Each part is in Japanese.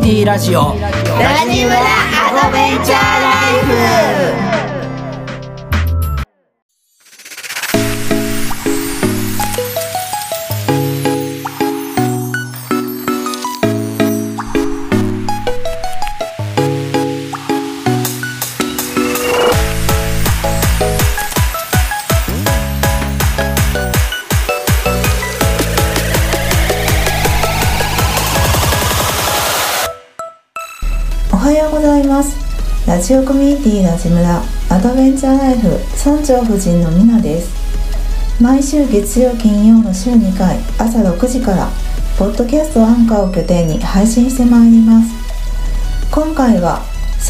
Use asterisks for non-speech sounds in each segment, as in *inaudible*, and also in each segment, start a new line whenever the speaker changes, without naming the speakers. ティラジオ
ラジムラアドベンチャーライフ
おはようございますラジオコミュニティラジムラアドベンチャーライフ村長夫人のみなです毎週月曜金曜の週2回朝6時からポッドキャストアンカーを拠点に配信してまいります今回は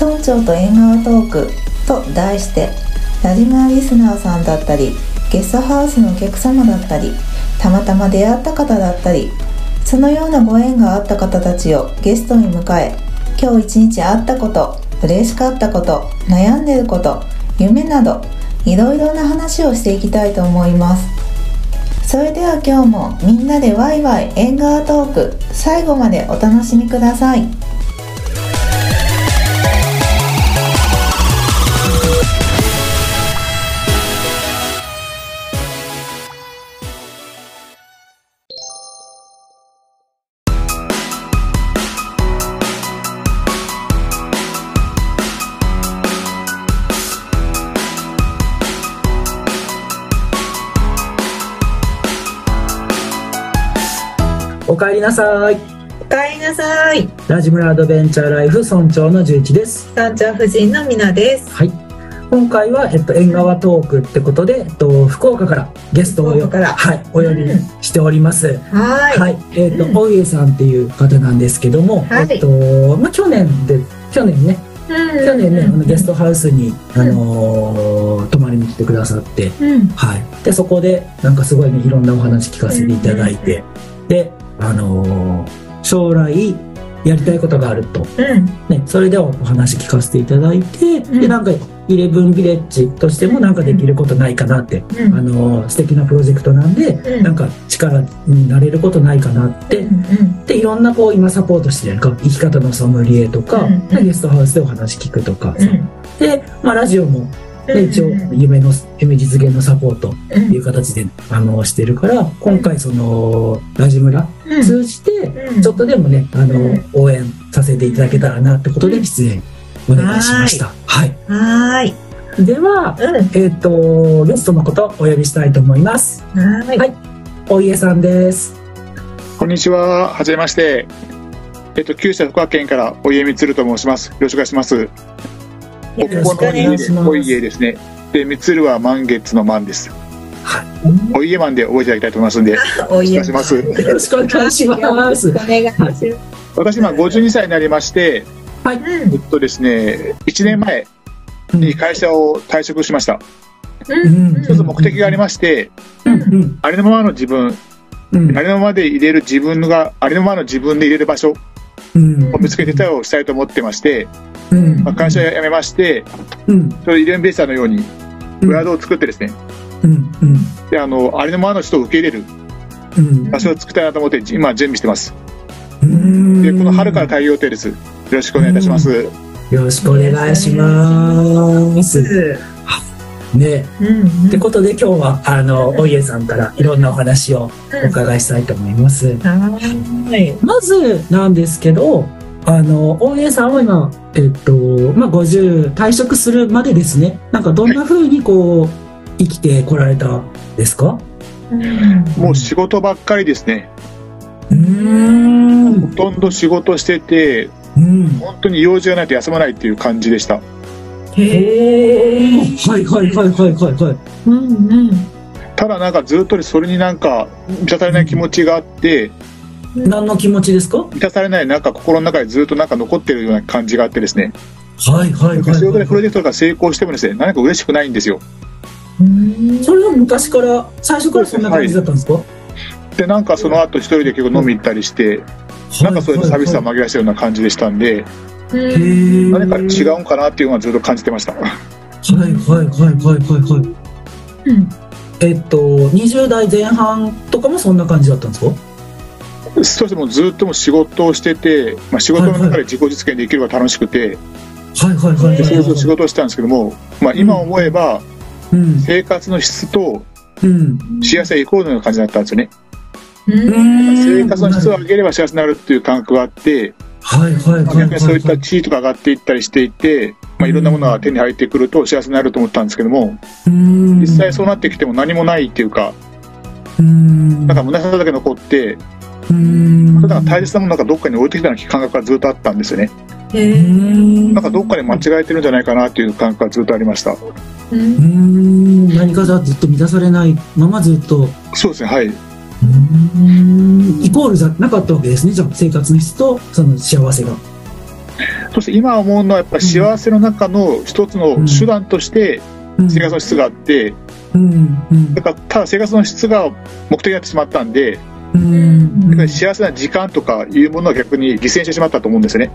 村長と縁側トークと題してラジムラリスナーさんだったりゲストハウスのお客様だったりたまたま出会った方だったりそのようなご縁があった方たちをゲストに迎え今日一日あったこと嬉しかったこと悩んでること夢などいろいろな話をしていきたいと思いますそれでは今日もみんなでワイワイ縁側トーク最後までお楽しみください
おかえりなさい
おかえりなさい
ラジムラアドベンチャーライフ村長の十一です
山頂夫人のみなです
はい今回は、えっと、縁側トークってことで、えっと、福岡からゲストを
福岡から
はい、お呼びしております、
は
はい、えっ、と、大家さんっていう方なんですけども、
はい
えっと、まあ、去年で、去年ね、
い
去年ね、あのゲストハウスに、あのー泊まりに来てくださって、
うん
はい、で、そこで、なんかすごいね、いろんなお話聞かせていただいて、で、あのー将来。やりたいことがあると、
うん
ね、それではお話聞かせていただいて、
う
で、
ん
なんか。イレブンビレッジとしてもなんかできることないかなって
う
あの素敵なプロジェクトなんで、
うん
なんか力になれることないかなって、でいろんなこう今サポートしてるか生き方のソムリエとか、
うん
でゲストハウスでお話聞くとか、で、まあ、ラジオも、ね一応夢の夢実現のサポートっていう形で、あのしてるから今回そのラジムラ通じてちょっとでもねあの、
うん
応援させていただけたらなってことで出演お願いしました。はい、
はい
では、
うん
えっ、とゲストのことをお呼びしたいと思います。
はい
お家さんです。
こんにちは。はじめまして。えっと、九州福岡県からお家みつると申します。よろしくお願いします。
よ
ろしくお願いします
お家ですね。で、みつるは満月の満です。
は
お家マンで覚えていただきたいと思いますんで、よ
お
ろしくお願い
家
します。
い。よろしくお願いします。
お願いします。
私、今52歳になりまして、
うん
えっとですね、1年前に会社を退職しました。
うん
一つ目的がありまして、
うん
ありのままの自分、
うん
ありのままで入れる自分が、ありのままの自分で入れる場所
うん
を見つけてたをしたいと思ってまして、
うん
まあ、会社を辞めまして、
うん
それでイレンベーサーのように、
うん
ブラウドを作ってですね、
うんうん
であのありのままの人を受け入れる
うん
場所を作りたいなと思って今準備してます
うん
でこの春から対応予定ですよろしくお願いいたします、
よろしくお願いします。ね、
うん
ってことで今日はあのお家さんからいろんなお話をお伺いしたいと思います。
はい。
まずなんですけど、あの大家さんは今えっとまあ50退職するまでですね。なんかどんな風にこう生きてこられたんですか？
もう仕事ばっかりですね
うーん
ほとんど仕事してて
うん。
本当に用事がないと休まないっていう感じでした
へえ。
はいはいはいはいはいはい。
うんうん。
ただなんかずっとそれになんか満たされない気持ちがあって
何の気持ちですか？は
満たされないなんか心の中でずっとなんか残ってるような感じがあってですね
いはいはい、
仕事でプロ
は
ジェクトが成功してもですね何か嬉しくないんですよ
い。それは昔から最初からそんな感じだったんですか？
でなんかその後一人で結構飲み行ったりしてなんかそういう寂しさを紛らわしたような感じでしたんで
へー
何か違うんかなっていうのはずっと感じて
*laughs*
ました
はいはいはいはいはいはい。えっと20代前半とかもそんな感じだったんですか？
そうしてもずっともう仕事をしてて、まあ、仕事の中で自己実現できるのが楽しくて、
はいはいはいはい。
でそういう仕事をしてたんですけども、まあ、今思えば
うん。
生活の質と
うん。
幸せイコールのような感じだったんですよね
うん
生活の質を上げれば幸せになるっていう感覚があって
はいはいはいはい
逆
は
に
い。
そういった地位とか上がっていったりしていて、まあ、いろんなものが手に入ってくると幸せになると思ったんですけども
うん。
実際そうなってきても何もないっていうか
うん。
なんか胸さだけ残って
うん。
ただ大切なものなんかどっかに置いてきたような感覚がずっとあったんですよね
うん。
なんかどっかで間違えてるんじゃないかなっていう感覚がずっとありました
うん。何かじゃずっと満たされないままずっと。
そうですねはい
うん。イコールじゃなかったわけですね。じゃあ生活の質とその幸せが。
そして今思うのはやっぱ幸せの中の一つの手段として
うん
生活の質があって
うん。うん
だからただ生活の質が目的になってしまったんで
うん。
だから幸せな時間とかいうものは逆に犠牲してしまったと思うんですよね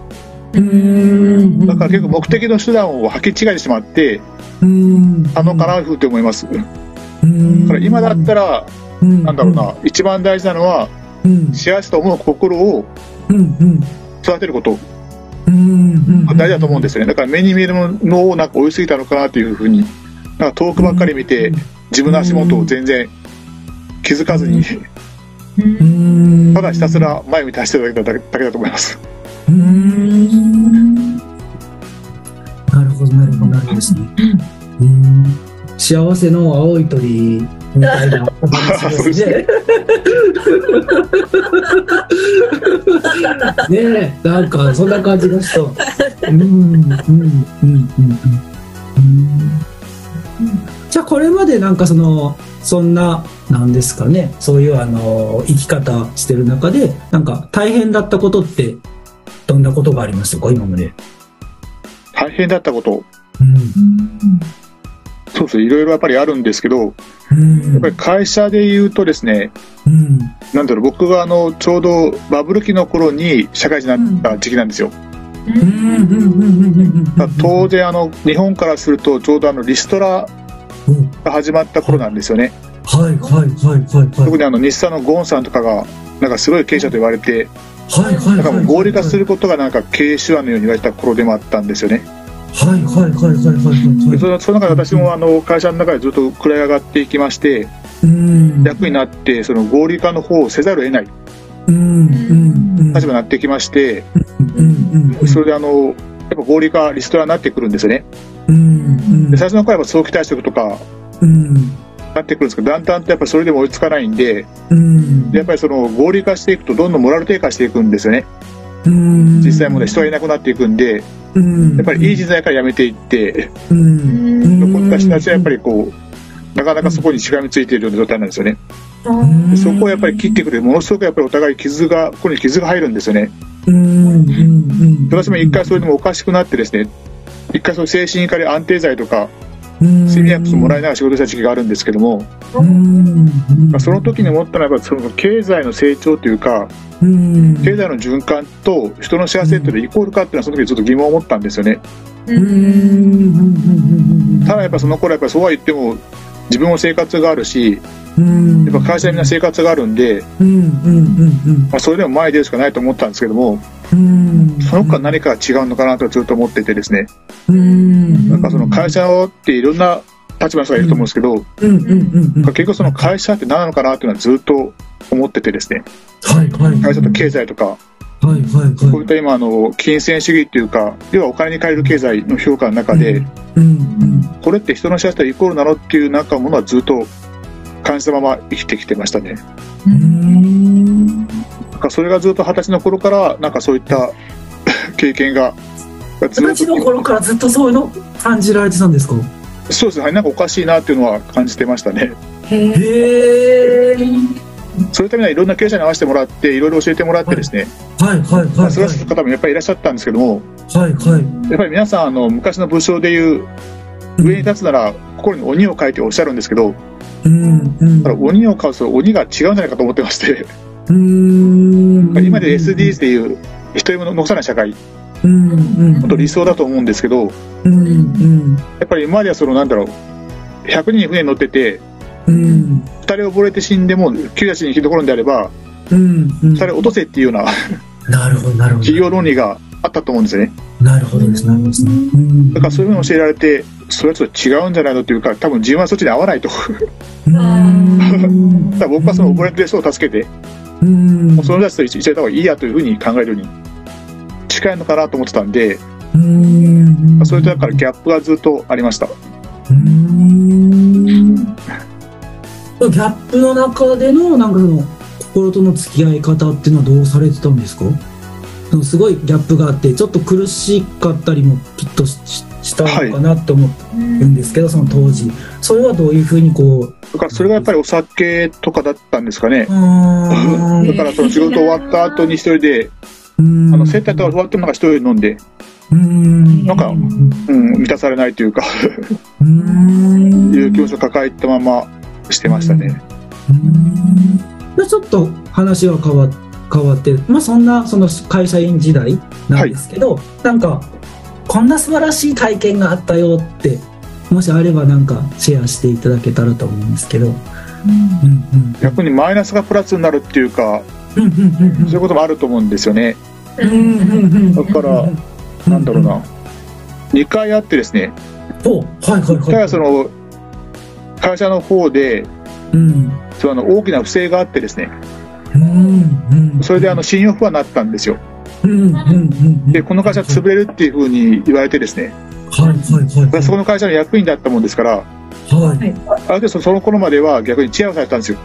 うん。
だから結構目的の手段を履き違えてしまって
うん。
あのかなというふうに思いますだか
うん。
ら今だったら
うん、
なんだろうな一番大事なのは
うん。
幸せと思う心を
うん。うん。
育てること
うん。うん。。
大事だと思うんですすよねだから目に見えるものをなんか追いすぎたのかなというふうになんか遠くばっかり見て自分の足元を全然気づかずに
うん。
ただひたす。ら前を見て走ってるだけだだけだと思います
うん。なるほど、なるほど、なるほどですね。うん。幸せの青い鳥みたいなお話ですね。ねえ、なんかそんな感じがした。うん、うん、うん、うん、うん。うんじゃあこれまでなんかそのそんななんですかねそういうあの生き方してる中でなんか大変だったことってどんなことがありましたか今まで、
大変だったこと
うん
そうですねいろいろやっぱりあるんですけど
うん、
やっぱり会社で言うとですね
うん
なんだろう僕があのちょうどバブル期の頃に社会人になった時期なんですよ、だから当然あの日本からするとちょうどあのリストラ
うん
が始まった頃なんですよね、
はいはいはいはいはい。
特にあの日産のゴンさんとかがなんかすごい経営者と言われて、
はいはい
なんか
は
も
い。
う合理化する。ことがなんか経営手腕のように言われた頃でもあったんですよね、
はいはいはいはいはい
でそ
は
のその中で私もあの会社の中でずっと暗い上がっていきまして
い。うん。
役になってその合理化の方をせざるを得ない
うんうんうん。
立場になってきまして
うんうんうん。
それであのやっぱ合理化リストラになってくるんですよね
うんうん
で最初の頃はやっぱ早期退職とか
うん
なってくるんですけどだんだんとやっぱりそれでも追いつかないんで
うん
でやっぱりその合理化していくとどんどんモラル低下していくんですよね
うん。
実際もね人がいなくなっていくんで
うん
やっぱりいい時代からやめていって
うん。
残った人たちはやっぱりこうなかなかそこにしがみついているような状態なんですよねでそこをやっぱり切ってくるものすごくやっぱりお互い傷がここに傷が入るんですよね
うんうんうん。
で私も一回それでもおかしくなってですね一回その精神科で安定剤とか睡眠薬もらい
え
ながら仕事した時期があるんですけども、まあ、その時に思ったのはやっぱその経済の成長というか
うん。
経済の循環と人の幸せっていうのはイコールかっていうのはその時ちょっと疑問を持ったんですよね
うんうん
ただやっぱその頃やっぱそうは言っても自分も生活があるし
うん。
やっぱ会社にみんな生活があるんで、
うんうんうん
まあ、それでも前に出るしかないと思ったんですけども
うん。うん。
その他何か違うのかなとずっと思っててですね
うん。
なんかその会社っていろんな立場の人がいると思うんですけど、
うんうんうんうん。
結局その会社って何なのかなっていうのはずっと思っててですね
はいはい。
会社と経済とか
はいはいはい。
こういった今あの金銭主義っていうか要はお金に換える経済の評価の中で、
うん
これって人の幸せとイコールなのっていうなんかものはずっと感じたまま生きてきてましたね
うんうん
なんかそれがずっと二十歳の頃からなんかそういった *laughs* 経験がず
二
っ
十歳の頃
と
からずっとそういうの感じられてたんですか
そうですねはいなんかおかしいなっていうのは感じてましたね
へえ
そういうためにはいろんな経営者に会わせてもらっていろいろ教えてもらってですね、
はいはい
ま
は
あ
い
それは方もやっぱりいらっしゃったんですけども
はいはい
やっぱり皆さんあの昔の武将でいう上に立つなら心に鬼を書いておっしゃるんですけど
うんうん
だから鬼を書くと鬼が違うんじゃないかと思ってまして
うん
今で SDGs でいう人を残さない社会
うんうん
ほんと理想だと思うんですけどや
うんうん
っぱり今まではそのなんだろう100人船に乗ってて
うん
2人溺れて死んでも9人生き残るんであれば
うんうん、
それ落とせっていうような
なるほどなるほど
企業論理があったと思うんですよね
なるほどですなるほどですね、うん、
だからそういうのを教えられてそれはちょっと違うんじゃないのというか多分自分はそっちに合わないとだか
うん
ら僕はその溺れてる人を助けて
うん
もうその人たちと一緒にいた方がいいやというふうに考えるように近いのかなと思ってたんで
うん
それとだからギャップがずっとありました
うんギャップの中でのなんかその心との付き合い方っていうのはどうされてたんですかそのすごいギャップがあってちょっと苦しかったりもきっとししたのかなって思うんですけど、その当時それはどういうふうにこ
*laughs*
う
だからそれがやっぱりお酒とかだったんですかね
あ
だからその仕事終わった後に一人であの接待とか終わってもなんか一人で飲んで、
うん
なんか、うん、満たされないというか
うん
いう気持ちを抱えたまましてましたね
でちょっと話は変わ変わって、まあ、そんなその会社員時代なんですけど、なんかこんな素晴らしい体験があったよってもしあればなんかシェアしていただけたらと思うんですけど。うん
逆にマイナスがプラスになるっていうか
うんうんうんうん
そういうこともあると思うんですよね
うんうんうん
だからなんだろうな2回あってですね
おはいはいはい。
1回はその会社の方で
うん
そのあの大きな不正があってですね
うんうん
それであの信用不安になったんですよ
うんうんうん
でこの会社潰れるっていうふうに言われてですね
はいはいはい
だからそこの会社の役員だったもんですから
はい
ある程度その頃までは逆にチェアをされたんですよ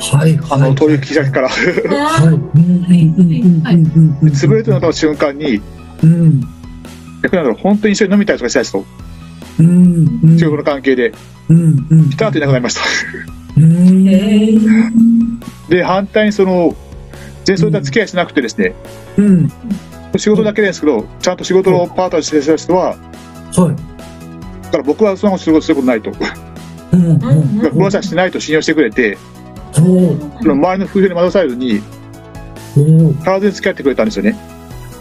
はい
あ
はい
の取引先
*laughs*
から
はいうんうんうんうんうんうん
潰れてなった瞬間に
うん
逆になんだろう本当に一緒に飲みたりとかしたい人
うんうん
仕事の関係で
うんうん
ピタッといなくなりました *laughs*
うん
で反対にその全然そういった付き合いしなくてですね
うん
仕事だけですけどちゃんと仕事のパートナーしてた人は
はい
だから僕はその仕事することないと *laughs* だか
うんうん
らこの人はしないと信用してくれて
おー
その周りの風評に惑わされずに
おー
体に付き合ってくれたんですよね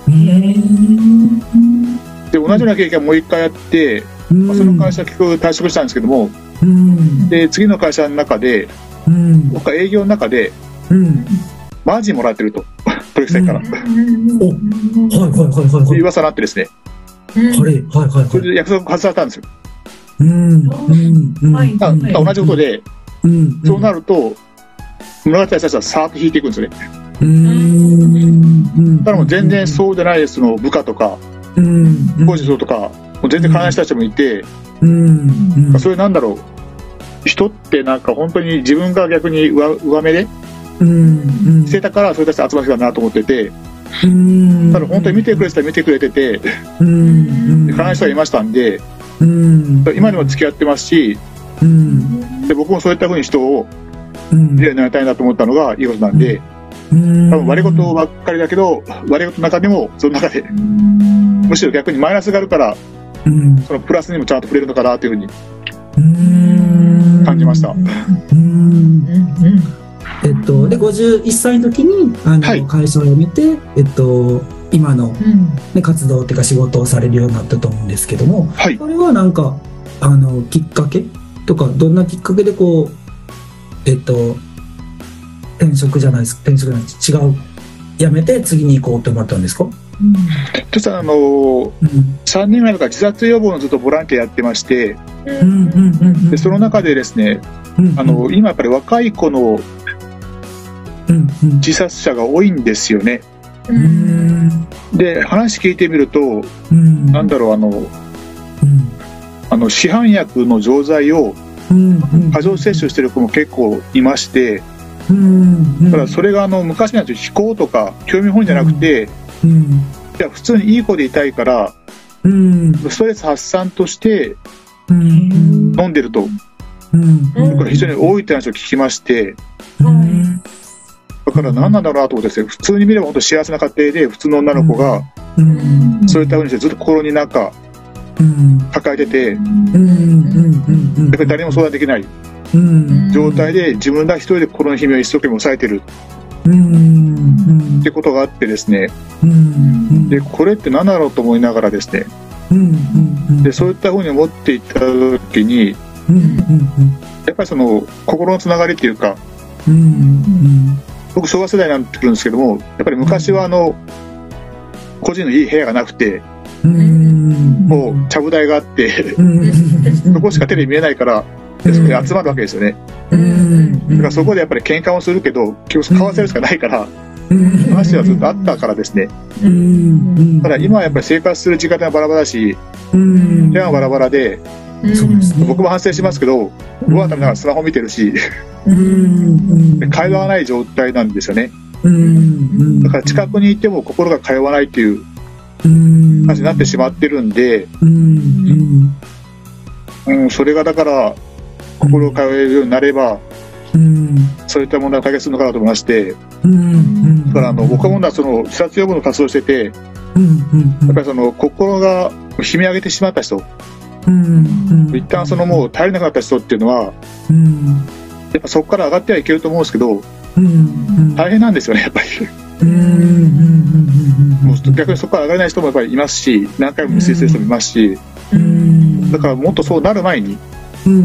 うん
で同じような経験をもう一回やって、まあ、その会社結局退職したんですけども
うん
で次の会社の中で
うん
僕は営業の中で
うん
マージンもらってると *laughs* 取引先から、
おはいはいはいはい
と
はい
いう噂になってですね
はいはいはい
そ
は
れ
い
で約束を外されたんですよ
うんうんうん
はい
だ
うん
から同じことで
うん
そうなると物語た人はさーっと引いていくんですよね
うんうん
だからもう全然そうじゃないその部下とか
うんうん
工事長とかもう全然関した人もいて
うんうん
そういうなんだろう人ってなんか本当に自分が逆に上上目で
うんうん
してたからそれたち集まってたなと思ってて
うん
ただ本当に見てくれてたら見てくれてて
うんうん
関した人がいましたんで
うん
今でも付き合ってますし
うん
で僕もそういったふうに人を
うん
リレーになりたいなと思ったのがいいことなんで
うん
多分割れ事ばっかりだけど割れ事の中でもその中でむしろ逆にマイナスがあるから
うん
そのプラスにもちゃんと触れるのかなというふうに
うん
感じました
うんえっと、で51歳の時にあの、
はい
会社を辞めて、えっと、今の、ね、活動っていうか仕事をされるようになったと思うんですけども
はい
これはなんかあのきっかけとかどんなきっかけでこうえっと転職じゃないです転職じゃない違う辞めて次に行こうって思ったんですか、
そしたらあのー
うん
3年前とから自殺予防のずっとボランティアやってまして
うんうんうんうん、
でその中でですね
うんうん
あの今やっぱり若い子の
うんうん
自殺者が多いんですよね
うん
で話聞いてみると
うん
なんだろうあの
うん
あの市販薬の錠剤を
うんうん
過剰摂取してる子も結構いまして
うんうん
ただそれがあの昔のやつ非行とか興味本位じゃなくて
うん
いや普通にいい子でいたいから
うん
ストレス発散として
うん
飲んでると
うん
これ非常に多いって話を聞きまして
うん
だから何なんだろうなと思ってですね普通に見れば本当幸せな家庭で普通の女の子が
うん
そういったふうにしてずっと心になんか
うん
抱えてて
うんうんうんうん
やっぱり誰にも相談できない
うん
状態で自分が一人で心の悲鳴を一生懸命抑えてる
うんうん
ってことがあってですね
うん
でこれって何だろうと思いながらですね
うんうん
でそういったふうに思っていった時に
うんうん
やっぱりその心のつながりっていうか
うんうん
僕昭和世代になってくるんですけどもやっぱり昔はあの個人のいい部屋がなくて
うん
もうちゃぶ台があって
うん
そこしかテレビ見えないからでそこで集まるわけですよね
うん
だからそこでやっぱり喧嘩をするけど結局交わせるしかないから
うん
話はずっとあったからですね
うん
ただ今はやっぱり生活する時間がバラバラだし
うん
部屋はバラバラで
そうですね
僕も反省しますけどご飯食べながらスマホ見てるし
うん
で会話がない状態なんですよね
うん
だから近くにいても心が通わないっていう
うん
感じになってしまってるんで、
うん
うん、それがだから心を通えるようになれば
うん
そういった問題を解決するのかなと思いまして
うん
だからあの僕はもはその自殺予防の活動をしててや
うんうん
っぱりその心が悲鳴上げてしまった人
うん
一旦そのもう耐えれなかった人っていうのは
うん
やっぱそこから上がってはいけると思うんですけど
うん
大変なんですよねやっぱり
うんうん
もう逆にそこから上がれない人もやっぱりいますし何回も見せする人もいますし
うん
だからもっとそうなる前にだか
うんう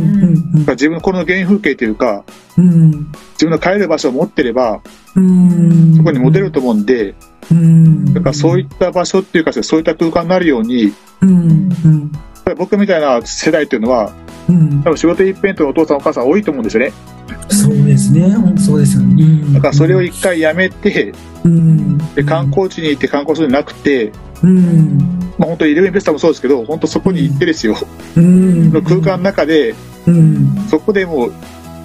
ん
ら自分のこの原因風景というか
うん
自分の帰る場所を持ってれば
うん
そこに戻れると思うんで
うん
だからそういった場所っていうかそういった空間になるように
うんうん
やっぱり僕みたいな世代っていうのは
うん
多分仕事一辺とお父さんお母さん多いと思うんですよね
そうですね本当そうですよね
だからそれを一回やめて
うん
で観光地に行って観光するんじゃなくて
うん
まあ本当イレブンフェスタもそうですけど本当そこに行ってですよ
うん
の空間の中で
うん
そこでもう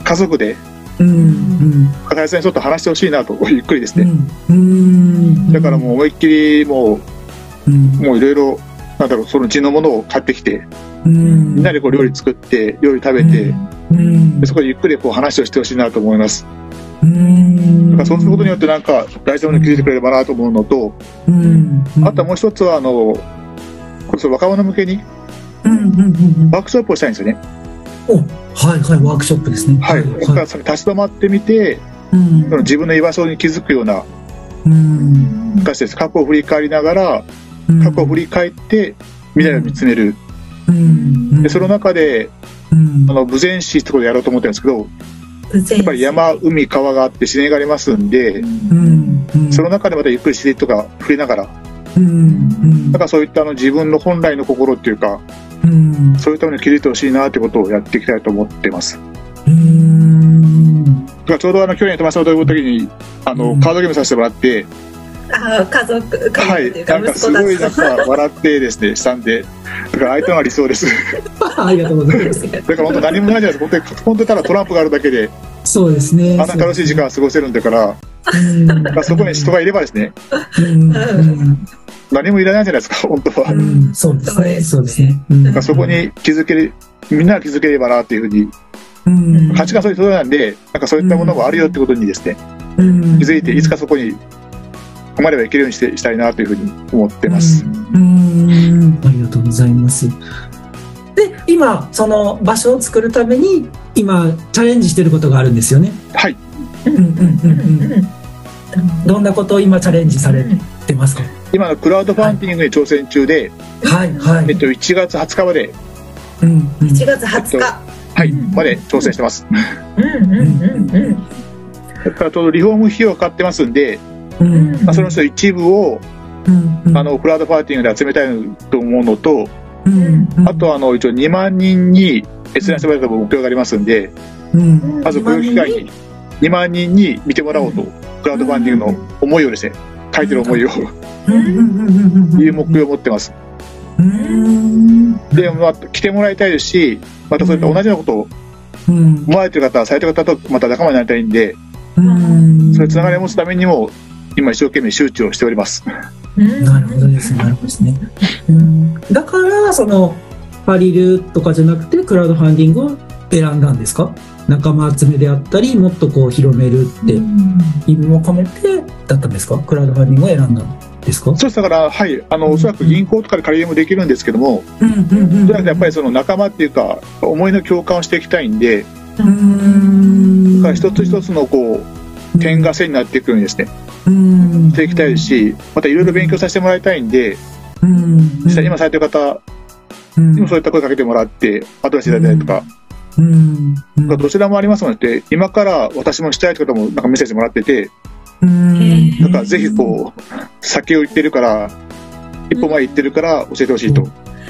家族で
うん
片谷さんにちょっと話してほしいなとゆっくりです
う
ね、
んうん
だからもう思いっきりも
うん
うもういろいろなんだろうその地のものを買ってきて
うん
みんなでこう料理作って料理食べて
うん
でそこでゆっくりこう話をしてほしいなと思います
うん
だからそうすることによってなんか大事なものに気づいてくれればなと思うのと
うん
あとはもう一つはあのこれそう若者向けに
うんうんうん
ワークショップをしたいんですよね
おはいはいワークショップですね
はいだか
は
らそれ立ち止まってみて
うん
その自分の居場所に気づくような
うん
かつて過去を振り返りながら
うん
過去を振り返って未来を見つめる
うん
でその中で
うん
あの豊前市ってところでやろうと思ってるんですけどやっぱり山海川があって自然がありますんで
うんうん
その中でまたゆっくり自然とか触れながら
うんうん
だからそういったあの自分の本来の心っていうか
うん
そういうために気づいてほしいなってことをやっていきたいと思ってます
うん
だからちょうどあの去年友達と遊ぶ時にあの、
うん
カードゲームさせてもらって、
あ家族家
は
*laughs*
族ってい
いう
か
なん
息
か
子
すごいな
た
ん
ち
か笑ってですねしたんでだから相手のが理想です *laughs*
ありがとうございます
だから本当何もないじゃないですか本当に本当にただトランプがあるだけで
そうですね
あんな楽しい時間を過ごせるんだから
うん
だからそこに人がいればですね
うんうん
何もいらないじゃないですか *laughs* 本当は、だ
うんそうですねそうですねうん
からそこに気づけるみんなが気づければなっていうふうに
うん
価値観そういうところなんでなんかそういったものもあるよってことにですね
うん
気づいていつかそこに止まればいけるようにしてしたいなというふうに思ってます、
うんありがとうございます。で、今、その場所を作るために、今、チャレンジしてることがあるんですよね。
はい
うんうんうんうん。どんなことを今、チャレンジされてますか、
今のクラウドファンディングに挑戦中で、
はいは
え
い。
っと、1月20日まで、
うんうん
1月20日
はい、まで挑戦してます。
うんうんうんうん
だからちょうどリフォーム費用を買ってますんで、
うん
まあ、その人一部を、
うんうん
あの、クラウドファンディングで集めたいと思うのと、
うんうん
あとはあの、一応2万人に閲覧してもらえた目標がありますんで、
うん
まずこういう機会に2万人に見てもらおうと、クラウドファンディングの思いをですね、書いてる思いを、いう目標を持ってます。
うん
で、まあ、来てもらいたいですし、またそういった同じようなことを
うん
思われてる方、されてる方とまた仲間になりたいんで、
うん
そういうつながりを持つためにも、今一生懸命周知をしております。
うん
なるほどですね、なるほどですね。うん、だから、その、借りるとかじゃなくて、クラウドファンディングを選んだんですか仲間集めであったり、もっとこう広めるって意味も込めてだったんですかクラウドファンディングを選んだんですか
そうですだから、はい、あ
う
の、
ん
おそらく銀行とかで借り入れもできるんですけども、
うんうんうん
おそらくやっぱりその仲間っていうか、思いの共感をしていきたいんで、だから一つ一つのこう、点が線になっていくようにですね、
うん
していきたいです、し、またいろいろ勉強させてもらいたいんで、
うん、
実際今されてる方
うん
にもそういった声かけてもらって、アドバイスいただいたりとか、
うんうん
どちらもありますので、今から私もしたいって方もなんかメッセージもらってて、
うん。
だからぜひこう先を行ってるから一歩前行ってるから教えてほしいと、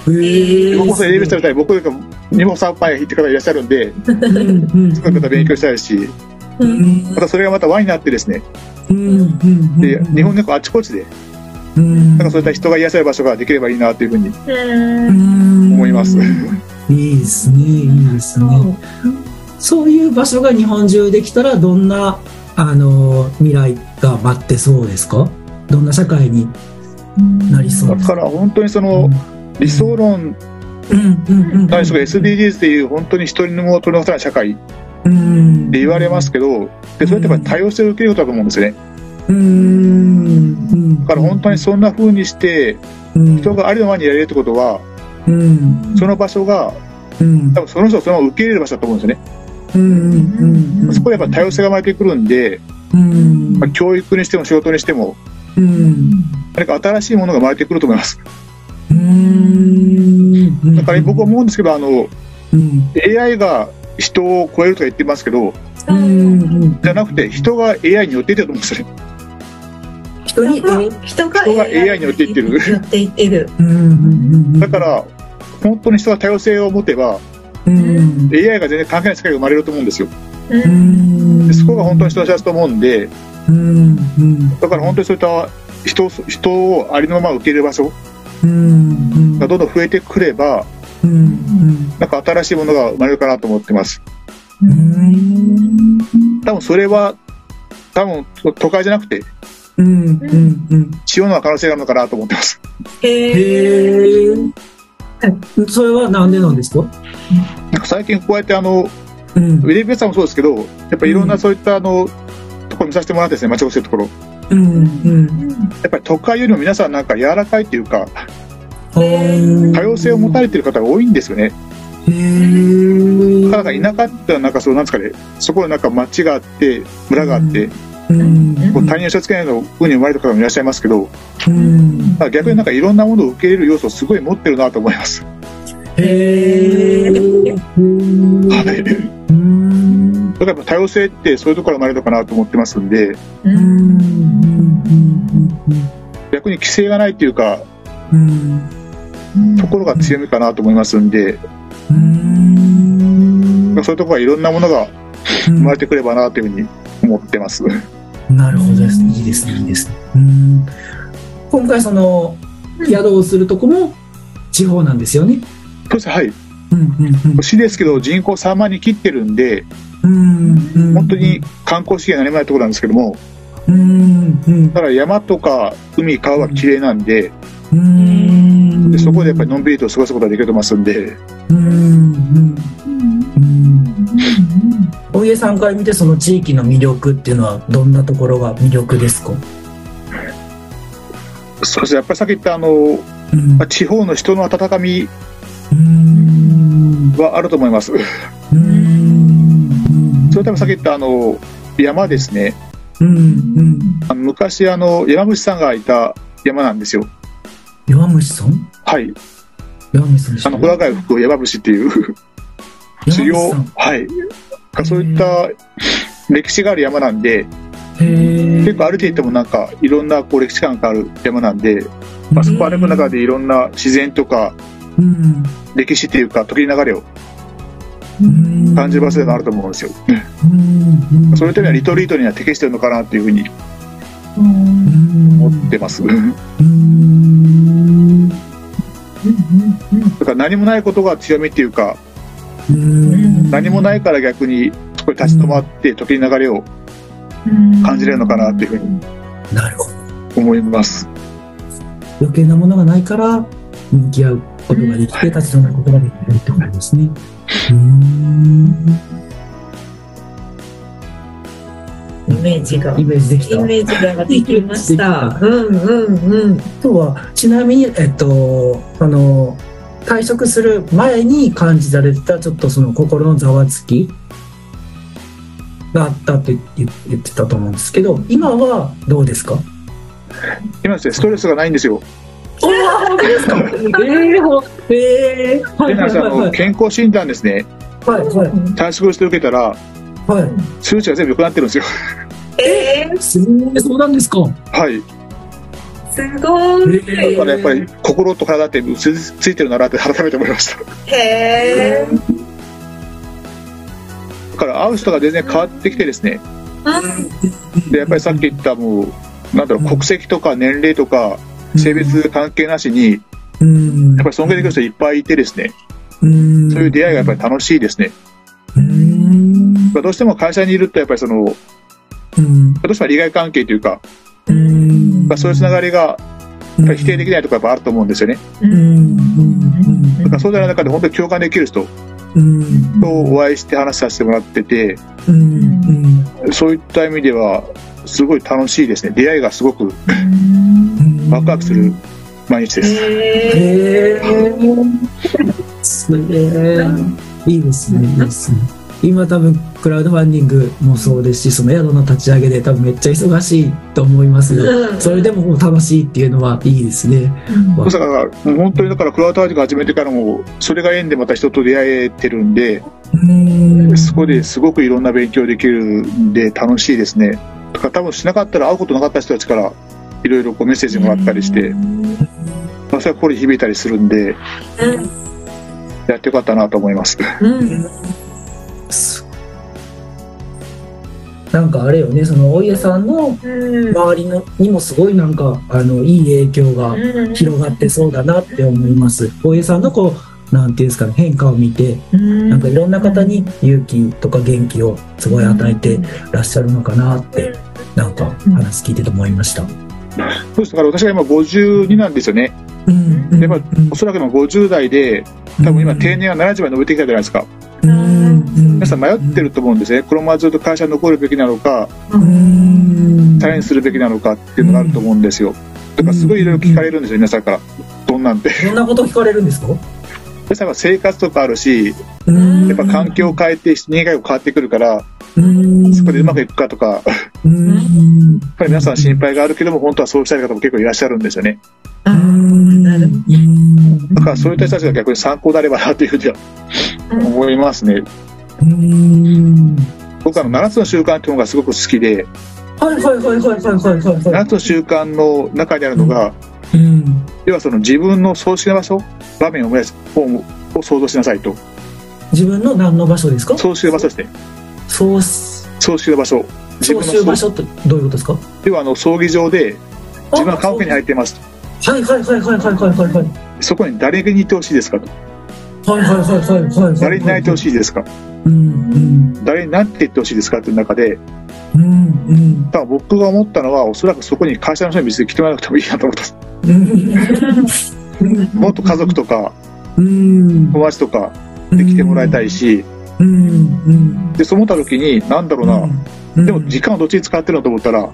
えー
僕もレベルしたみたいに僕が2歩3杯行って方いらっしゃるんで
うんうん
その方勉強したいし
うん
またそれがまた輪になってですね
うんうん
で日本のこうあちこちで
うん
なんかそういった人がいらっしゃる場所ができればいいなというふうに
思
思います。
いいですね、いいですね。そういう場所が日本中できたら、どんな、あの、未来が待ってそうですかどんな社会になりそう
だから本当にその理想論
うん、うん、うん。
ないしは SDGs っていう本当に一人のものを取り残さない社会って
うん。
言われますけどでそれってやっぱり多様性を受けることだと思うんですよね
うん。うん。
だから本当にそんな風にして
に
人がありのままにやれるってことは
うん、
その場所が
うん
多。分その人をそのまま受け入れる場所だと思うんですよね
うん、うん。
そこでやっぱ多様性が生まれてくるんで、
うん
まあ、。教育にしても仕事にしても
うん。
何か新しいものが生まれてくると思います
うん。
だから僕は思うんですけどあの
うん。
AI が人を超えるとか言ってますけど
うん。
じゃなくて人が AI に寄っていってると思うんですよね
人に、
人が
人が AI に寄っていってる
寄っていってる。
うん、うん。
だか、ら本当に人が多様性を持てば
うん。
AI が全然関係ない世界が生まれると思うんですよ
う
うんん
でそこが本当に人を幸せと思うんで
うんうん
だから本当にそういった人を人をありのまま受け入れる場所
うんうん
がどんどん増えてくれば
うん
なんか新しいものが生まれるかなと思ってます
うん
多分それは多分都会じゃなくて
うんうんうん
地方の可能性があるのかなと思ってます
へ
へ
え。
えそれはなんでなんですか
なんか最近こうやってあの
うん
ウェディングさんもそうですけどやっぱいろん
う
なんそういったあのところ見させてもらってですね待ち合わせるところや
うんうん
っぱり都会よりも皆さんなんか柔らかいっていうか
多
多様性を持たれてる方が多いんですよね
へえ
だからなんか田舎ってのはなんかそうなんですかねそこのなんか町があって村があって
うん
こう他人の人付き合いの風に生まれた方もいらっしゃいますけど
うん
だから逆になんかいろんなものを受け入れる要素をすごい持ってるなと思います。
へえ
*laughs* はい
うん
だからやっぱ多様性ってそういうところから生まれたかなと思ってますんで
う
うん
ん
逆に規制がないというか
うん
ところが強みかなと思いますんで
うん
そういうところはいろんなものが生まれてくればなというふうに思ってます。 *laughs*
なるほどです。いいですね、いいですね。うん今回その宿をするとこも地方なんですよね。
そしてはい
うんうん
市ですけど人口3万人切ってるんで
うんうんうん
本当に観光資源になりまないところなんですけども
うんうん
だから山とか海川は綺麗なんで
うん
でそこでやっぱりのんびりと過ごすことができると思いますんで
うんうんうんお家さんから見てその地域の魅力っていうのはどんなところが魅力ですか。
そうですねやっぱりさっき言ったあの
うん
まあ地方の人の温かみ
うん
はあると思います。 *laughs*
うん
それともさっき言ったあの山ですね
うんうん
あの昔あの山口さんがいた山なんですよ
弱虫さん
はい
弱虫さんでし
あ
た
の小高い服を山口っていう
弱
治
虫
療
さん
はいそういった歴史がある山なんで
へ
結構歩いていてもなんかいろんなこう歴史感がある山なんで、まあ、そこ歩く中でいろんな自然とか
うん
歴史っていうか時の流れを
うん
感じる場所でもあると思うんですよ
うん
それというのはリトリートには適してるのかなっていうふうに思って
*laughs*
ますだ
うん
から何もないことが強みっていうか
うん
何もないから逆にそこに立ち止まって時の流れを感じれるのかなっていうふうに
なるほど
思います
余計なものがないから向き合うことができて立ち止まることができるってことですねうん
イメージが。
イメージできた
イメージができました。うんうんうん。
今日はちなみにえっとその退職する前に感じられてたちょっとその心のざわつきがあったって言言ってたと思うんですけど今はどうですか
今ですねストレスがないんですよ
おー本当ですかえー、えー、は
で
い
な
は
ん
い
かあ
は
の
い
健康診断ですね
はいはい
退職して受けたら
はい
数値が全部良くなってるんですよ *laughs*
えー、
えそうなんですか。
はい。
すごい。
だからやっぱり心と体って結びついてるならって改めて思いました。 *laughs*
へー
だから会う人が全然変わってきてですね。
あ
で、やっぱりさっき言ったもう、なんだろう、国籍とか年齢とか性別関係なしに、や
うん、
っぱり尊敬できる人いっぱいいてですね。
うん、
そういう出会いがやっぱり楽しいですね。
うん、
まあどうしても会社にいるとやっぱりその、ど
うん、
うしても利害関係というか、
うん
まあ、そういうつながりがやっぱり否定でき
ない。
ないところがやっぱあると思うんですよね。
うん、うん、
だからそうじゃない中で本当に共感できる人と
うん、
お会いして話させてもらってて、
うん、うん、
そういった意味ではすごい楽しいですね。出会いがすごく
うん
ワクワクする毎日です。
へ
へーすげえ。いいですね、いいですね。今多分クラウドファンディングもそうですし、その宿の立ち上げで多分めっちゃ忙しいと思いますが、
ー
それでももう楽しいっていうのはいいですね。
だからもう本当にだからクラウドファンディング始めてからもそれが縁でまた人と出会えてるんで、
うん
そこですごくいろんな勉強できるんで楽しいですね。だから多分しなかったら会うことなかった人たちからいろいろこうメッセージもらったりして、まあ、それは心に響いたりするんで、やってよかったなと思います。 *laughs*
うん
なんかあれよね、そのお家さんの
うん
周りのにもすごいなんかあのいい影響が
うん
広がってそうだなって思います。お家さんのこうなんていうんですかね変化を見て、
うん
なんかいろんな方に勇気とか元気をすごい与えてらっしゃるのかなって、なんか話聞いてて思いました。
そうですだから私が今52なんですよね。
うん
やっぱおそらく今50代で、多分今定年は70まで伸びてきたじゃないですか。皆さん迷ってると思うんですね。このままずっと会社に残るべきなのか、チャレンジするべきなのかっていうのがあると思うんですよ。だからすごいいろいろ聞かれるんですよ、皆さんから。どんなんて。
どんなこと聞かれるんですか？
皆さんは生活とかあるし、
や
やっぱ環境を変えて人間が変わってくるから、そこでうまくいくかとか、 *laughs* やっ
うん
ぱり皆さん心配があるけども、本当はそうしたい方も結構いらっしゃるんですよね。
あーなるほ
うん
だからそういった人たちが逆に参考になればなというふうには思いますね。
うん
僕はあの7つの習慣っていうのがすごく好きで、
はいはいはいはいはいはいはいはい。
7つの習慣の中にあるのが、
うん
要はその自分の葬式の場所、場面を思い出す、フォームを想像しなさいと。
自分の何の場所ですか？
葬式の場所ですね。
そうす
葬式の場所。自
総
分の
集
葬
場所ってどういうことですか？
要はあの葬儀場で自分は家屋に入っていますと。
はいはいはいはいはいはいはいはい。
そこに誰にいてほしいですかと。
はいはいはいはいはいはい。
誰に泣いてほしいですか
うん
誰になっていってほしいですかっていう中で、
うんうん
多分僕が思ったのは、おそらくそこに会社の人に別に来てもらわなくてもいいなと思ったんです。
うん。
もっと家族とか
うん
友達とかで来てもらいたい。し、
うんうん。
で、そう思った時に、なんだろうな、
うん
でも時間をどっちに使ってるのと思ったら、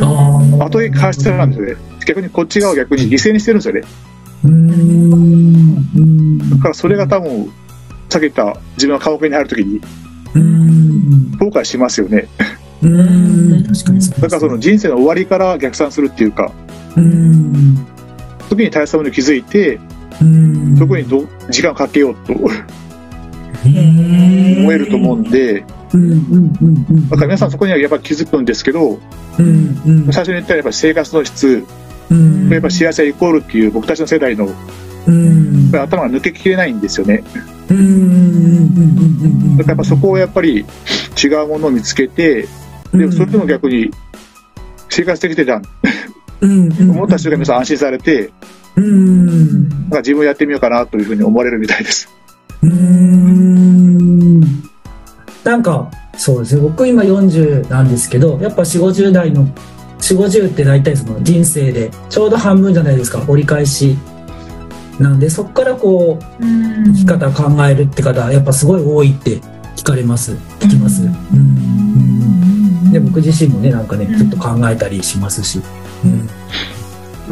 あ
後で返してなんですよね。逆にこっち側を逆に犠牲にしてるんですよね。
うんうん
だからそれが多分、さっき言った自分の家屋に入るときに
うん
後悔しますよね。
うん。確かにうですね
だからその人生の終わりから逆算するっていうか、
うん
時に大したものに気づいて、
うん。
そこにど時間をかけようと思
思
えると思うんで、
うんうんうんうん
だから皆さんそこにはやっぱ気づくんですけど、
うんうん
最初に言ったらやっぱ生活の質、
うん
やっぱ幸せイコールっていう僕たちの世代のやっ
うん
ぱり頭が抜けきれないんですよね。
うんうんうんうんうん
だからやっぱそこをやっぱり違うものを見つけて、でもそれでも逆に生活できてたん思った瞬間皆さん安心されて、
うん
なんか自分やってみようかなというふうに思われるみたいです。
うんなんかそうですね僕今40なんですけどやっぱ4050代の4050って大体その人生でちょうど半分じゃないですか折り返しなんでそっからこう生き方考えるって方やっぱすごい多いって聞かれます聞きます、うんうんで僕自身もねなんかねちょっと考えたりしますし、う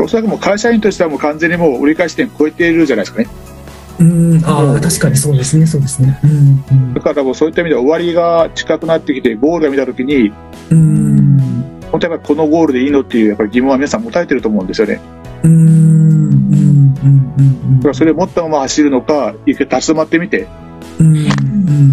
ん
おそらくもう会社員としてはもう完全にもう折り返し点超えているじゃないですかね。
うん、ああ、確かにそうですね、そうですね。うん、
だからもうそういった意味では終わりが近くなってきて、ゴールが見たときに、
うん、
本当にやっぱりこのゴールでいいのっていうやっぱり疑問は皆さん持たれてると思うんですよね。
うん、うん、うん、うん
だからそれを持ったまま走るのか、一回立ち止まってみて、
うん、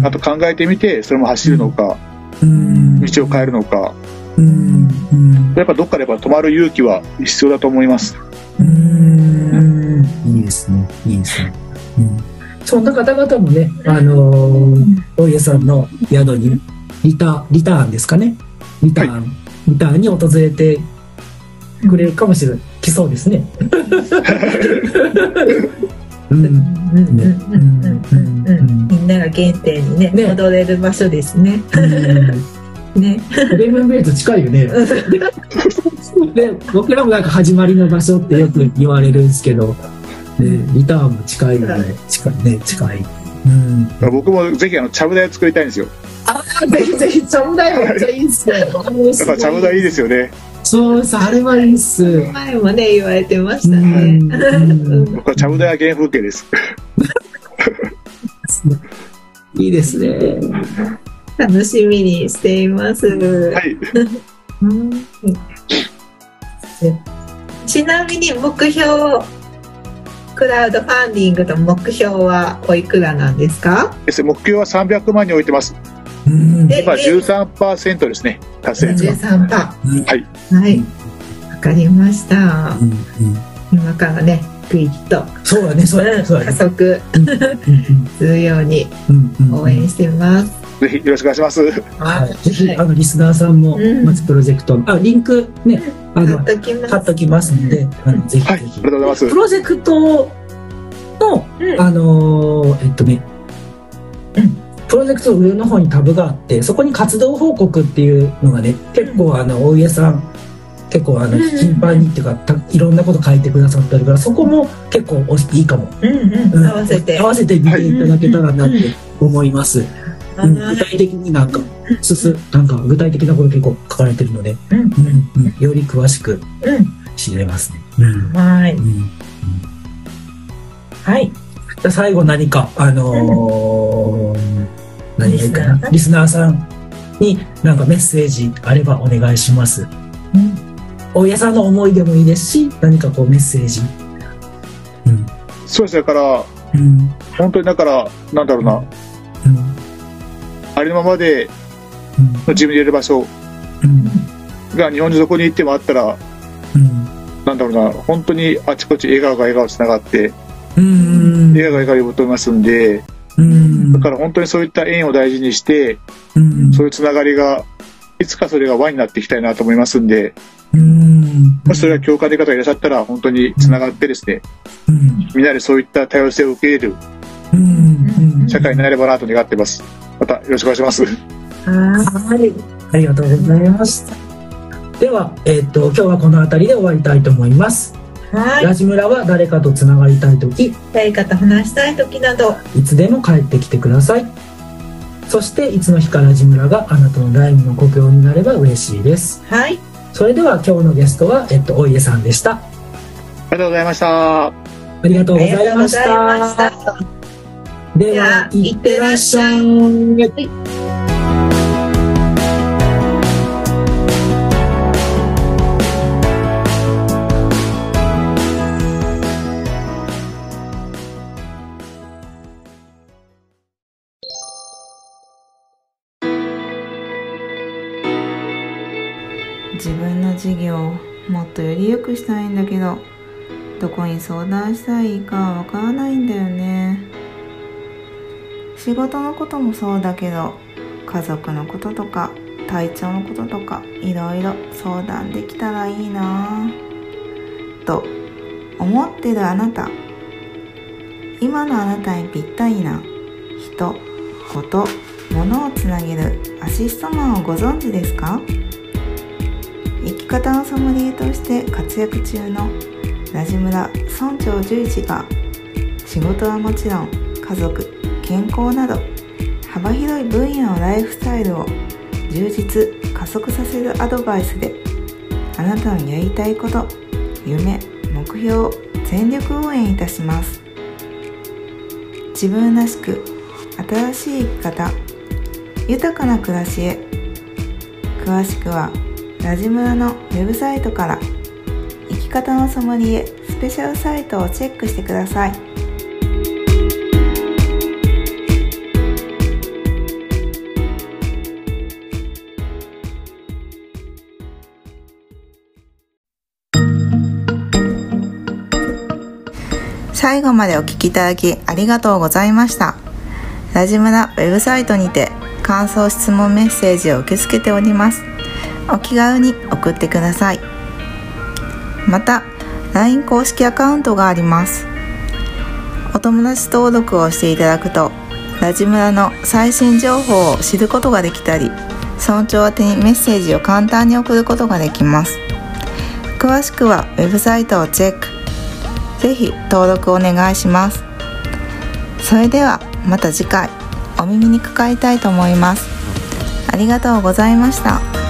うん、
あと考えてみて、それも走るのか、
うん、
道を変えるのか、
ううんうん
やっぱどっかでやっぱ止まる勇気は必要だと思います。
うんいいですねいいですね、うん、そんな方々もねあのー大家さんの宿にリタリターンですかねリターン、リターンに訪れてくれるかもしれない来そうですねうん
うんうんうんうんうんみんなが原点にね
ね
戻れる場所ですね。
うん
ね。
ベルンベルト近いよね。で、僕らもなんか始まりの場所ってよく言われるんですけど、ね、リターンも近いよね。近いね、近い。うん。
僕もぜひあの、ちゃぶ台を作りたいんですよ。
ああ、ぜひぜひ、ちゃぶ台めっちゃいいっすね。やっ
やっぱちゃぶ台いいですよね。
そうです、あれはいいっす。う
前もね言われてましたね。
んうん
僕はちゃぶ台は原風景です。
いいですね。
楽しみにしています。
*laughs* はい。
うんちなみに目標クラウドファンディングの目標はおいくらなんですか？
です目標は300万に置いてます。
うん
で
今13%ですね。達成率
十
が。
三パ
うん
はい。
ー。はい。わかりました
う。んうん
今からねグイッと
そうだね、そうだね、そうだ
加
ね。
速
うん
するように
うんうんうん
応援してます。
ぜひよろしくお願いし *laughs* ます。
はいぜひ、
はい
あの、リスナーさんも
う、ん
マツプロジェクト、あ、リンクね、あ
貼
の
っ、ときま
貼っ
す。
ときますので、あのぜひ
はい。あ
ぜ
りが
ひ。
とうござい
プ
ます。
ロジェクトの、
うん
あのーえっとね
うん、
プロジェクトの上の方にタブがあって、そこに活動報告っていうのがね、結構あの、大家さん、結構あの、
うんうん
頻繁にっていうか、たいろんなこと書いてくださってるから、そこも結構おいいかも。
うんうん。合わせて。
合わせて見ていただけたらなって思います。うん具体的になんか、すす、なんか具体的なこと結構書かれてるので、
うん
うんうんより詳しく
うん。
知れますね。うん
はい。
うん
はい。
じゃあ最後何か、あのー何がいいかな。リ
リ
スナーさんになんかメッセージあればお願いします。大家さんの思いでもいいですし、何かこうメッセージ。うん。
そうですね。だから、
うん。
本当にだから、なんだろうな。
うん。
ありのままで
うん。
の自分でいる場所
うん。
が日本中どこに行ってもあったら、
うん。
なんだろうな。本当にあちこち笑顔が笑顔つながって、
うん。
笑顔が笑顔を呼ぶと思いますんで、
うん。
だから本当にそういった縁を大事にして、
うん。
そういうつながりが、いつかそれが輪になっていきたいなと思いますんで、
うん。
もしそれが共感できる方がいらっしゃったら、本当につながってですね、
うん。
みんなでそういった多様性を受け入れる
うん。うん
社会になればなと願ってます。またよろしくお願いします。
はい、ありがとうございました。では、えっ、と、今日はこの辺りで終わりたいと思います。
はい。
ラジムラは誰かとつながりたいとき、い
誰かと話したい時など、
つでも帰ってきてください。そして、いつの日かラジムラがあなたの第二の故郷になれば嬉しいです。
はい。
それでは、今日のゲストは、えっ、と、お家さんでした。
ありがとうございました。
ありがとう
あ
ご
りが
ざ
と
いう
ご
まし
ざい
た。
ました。
では、
じゃあ
いってらっしゃい。
自分の事業をもっとより良くしたいんだけどどこに相談したらいいかわからないんだよね仕事のこともそうだけど家族のこととか体調のこととかいろいろ相談できたらいいなぁと思ってるあなた今のあなたにぴったりな人こと物をつなげるアシストマンをご存知ですか生き方のソムリエとして活躍中のラジムラ村長十一が仕事はもちろん家族健康など幅広い分野のライフスタイルを充実加速させるアドバイスであなたのやりたいこと夢目標を全力応援いたします自分らしく新しい生き方豊かな暮らしへ詳しくはラジムラのウェブサイトから生き方のソムリエスペシャルサイトをチェックしてください最後までお聞きいただきありがとうございましたラジムラウェブサイトにて感想質問メッセージを受け付けておりますお気軽に送ってくださいまた LINE 公式アカウントがありますお友達登録をしていただくとラジムラの最新情報を知ることができたり村長宛てにメッセージを簡単に送ることができます詳しくはウェブサイトをチェックぜひ登録お願いしますそれではまた次回お耳にかかりたいと思いますありがとうございました。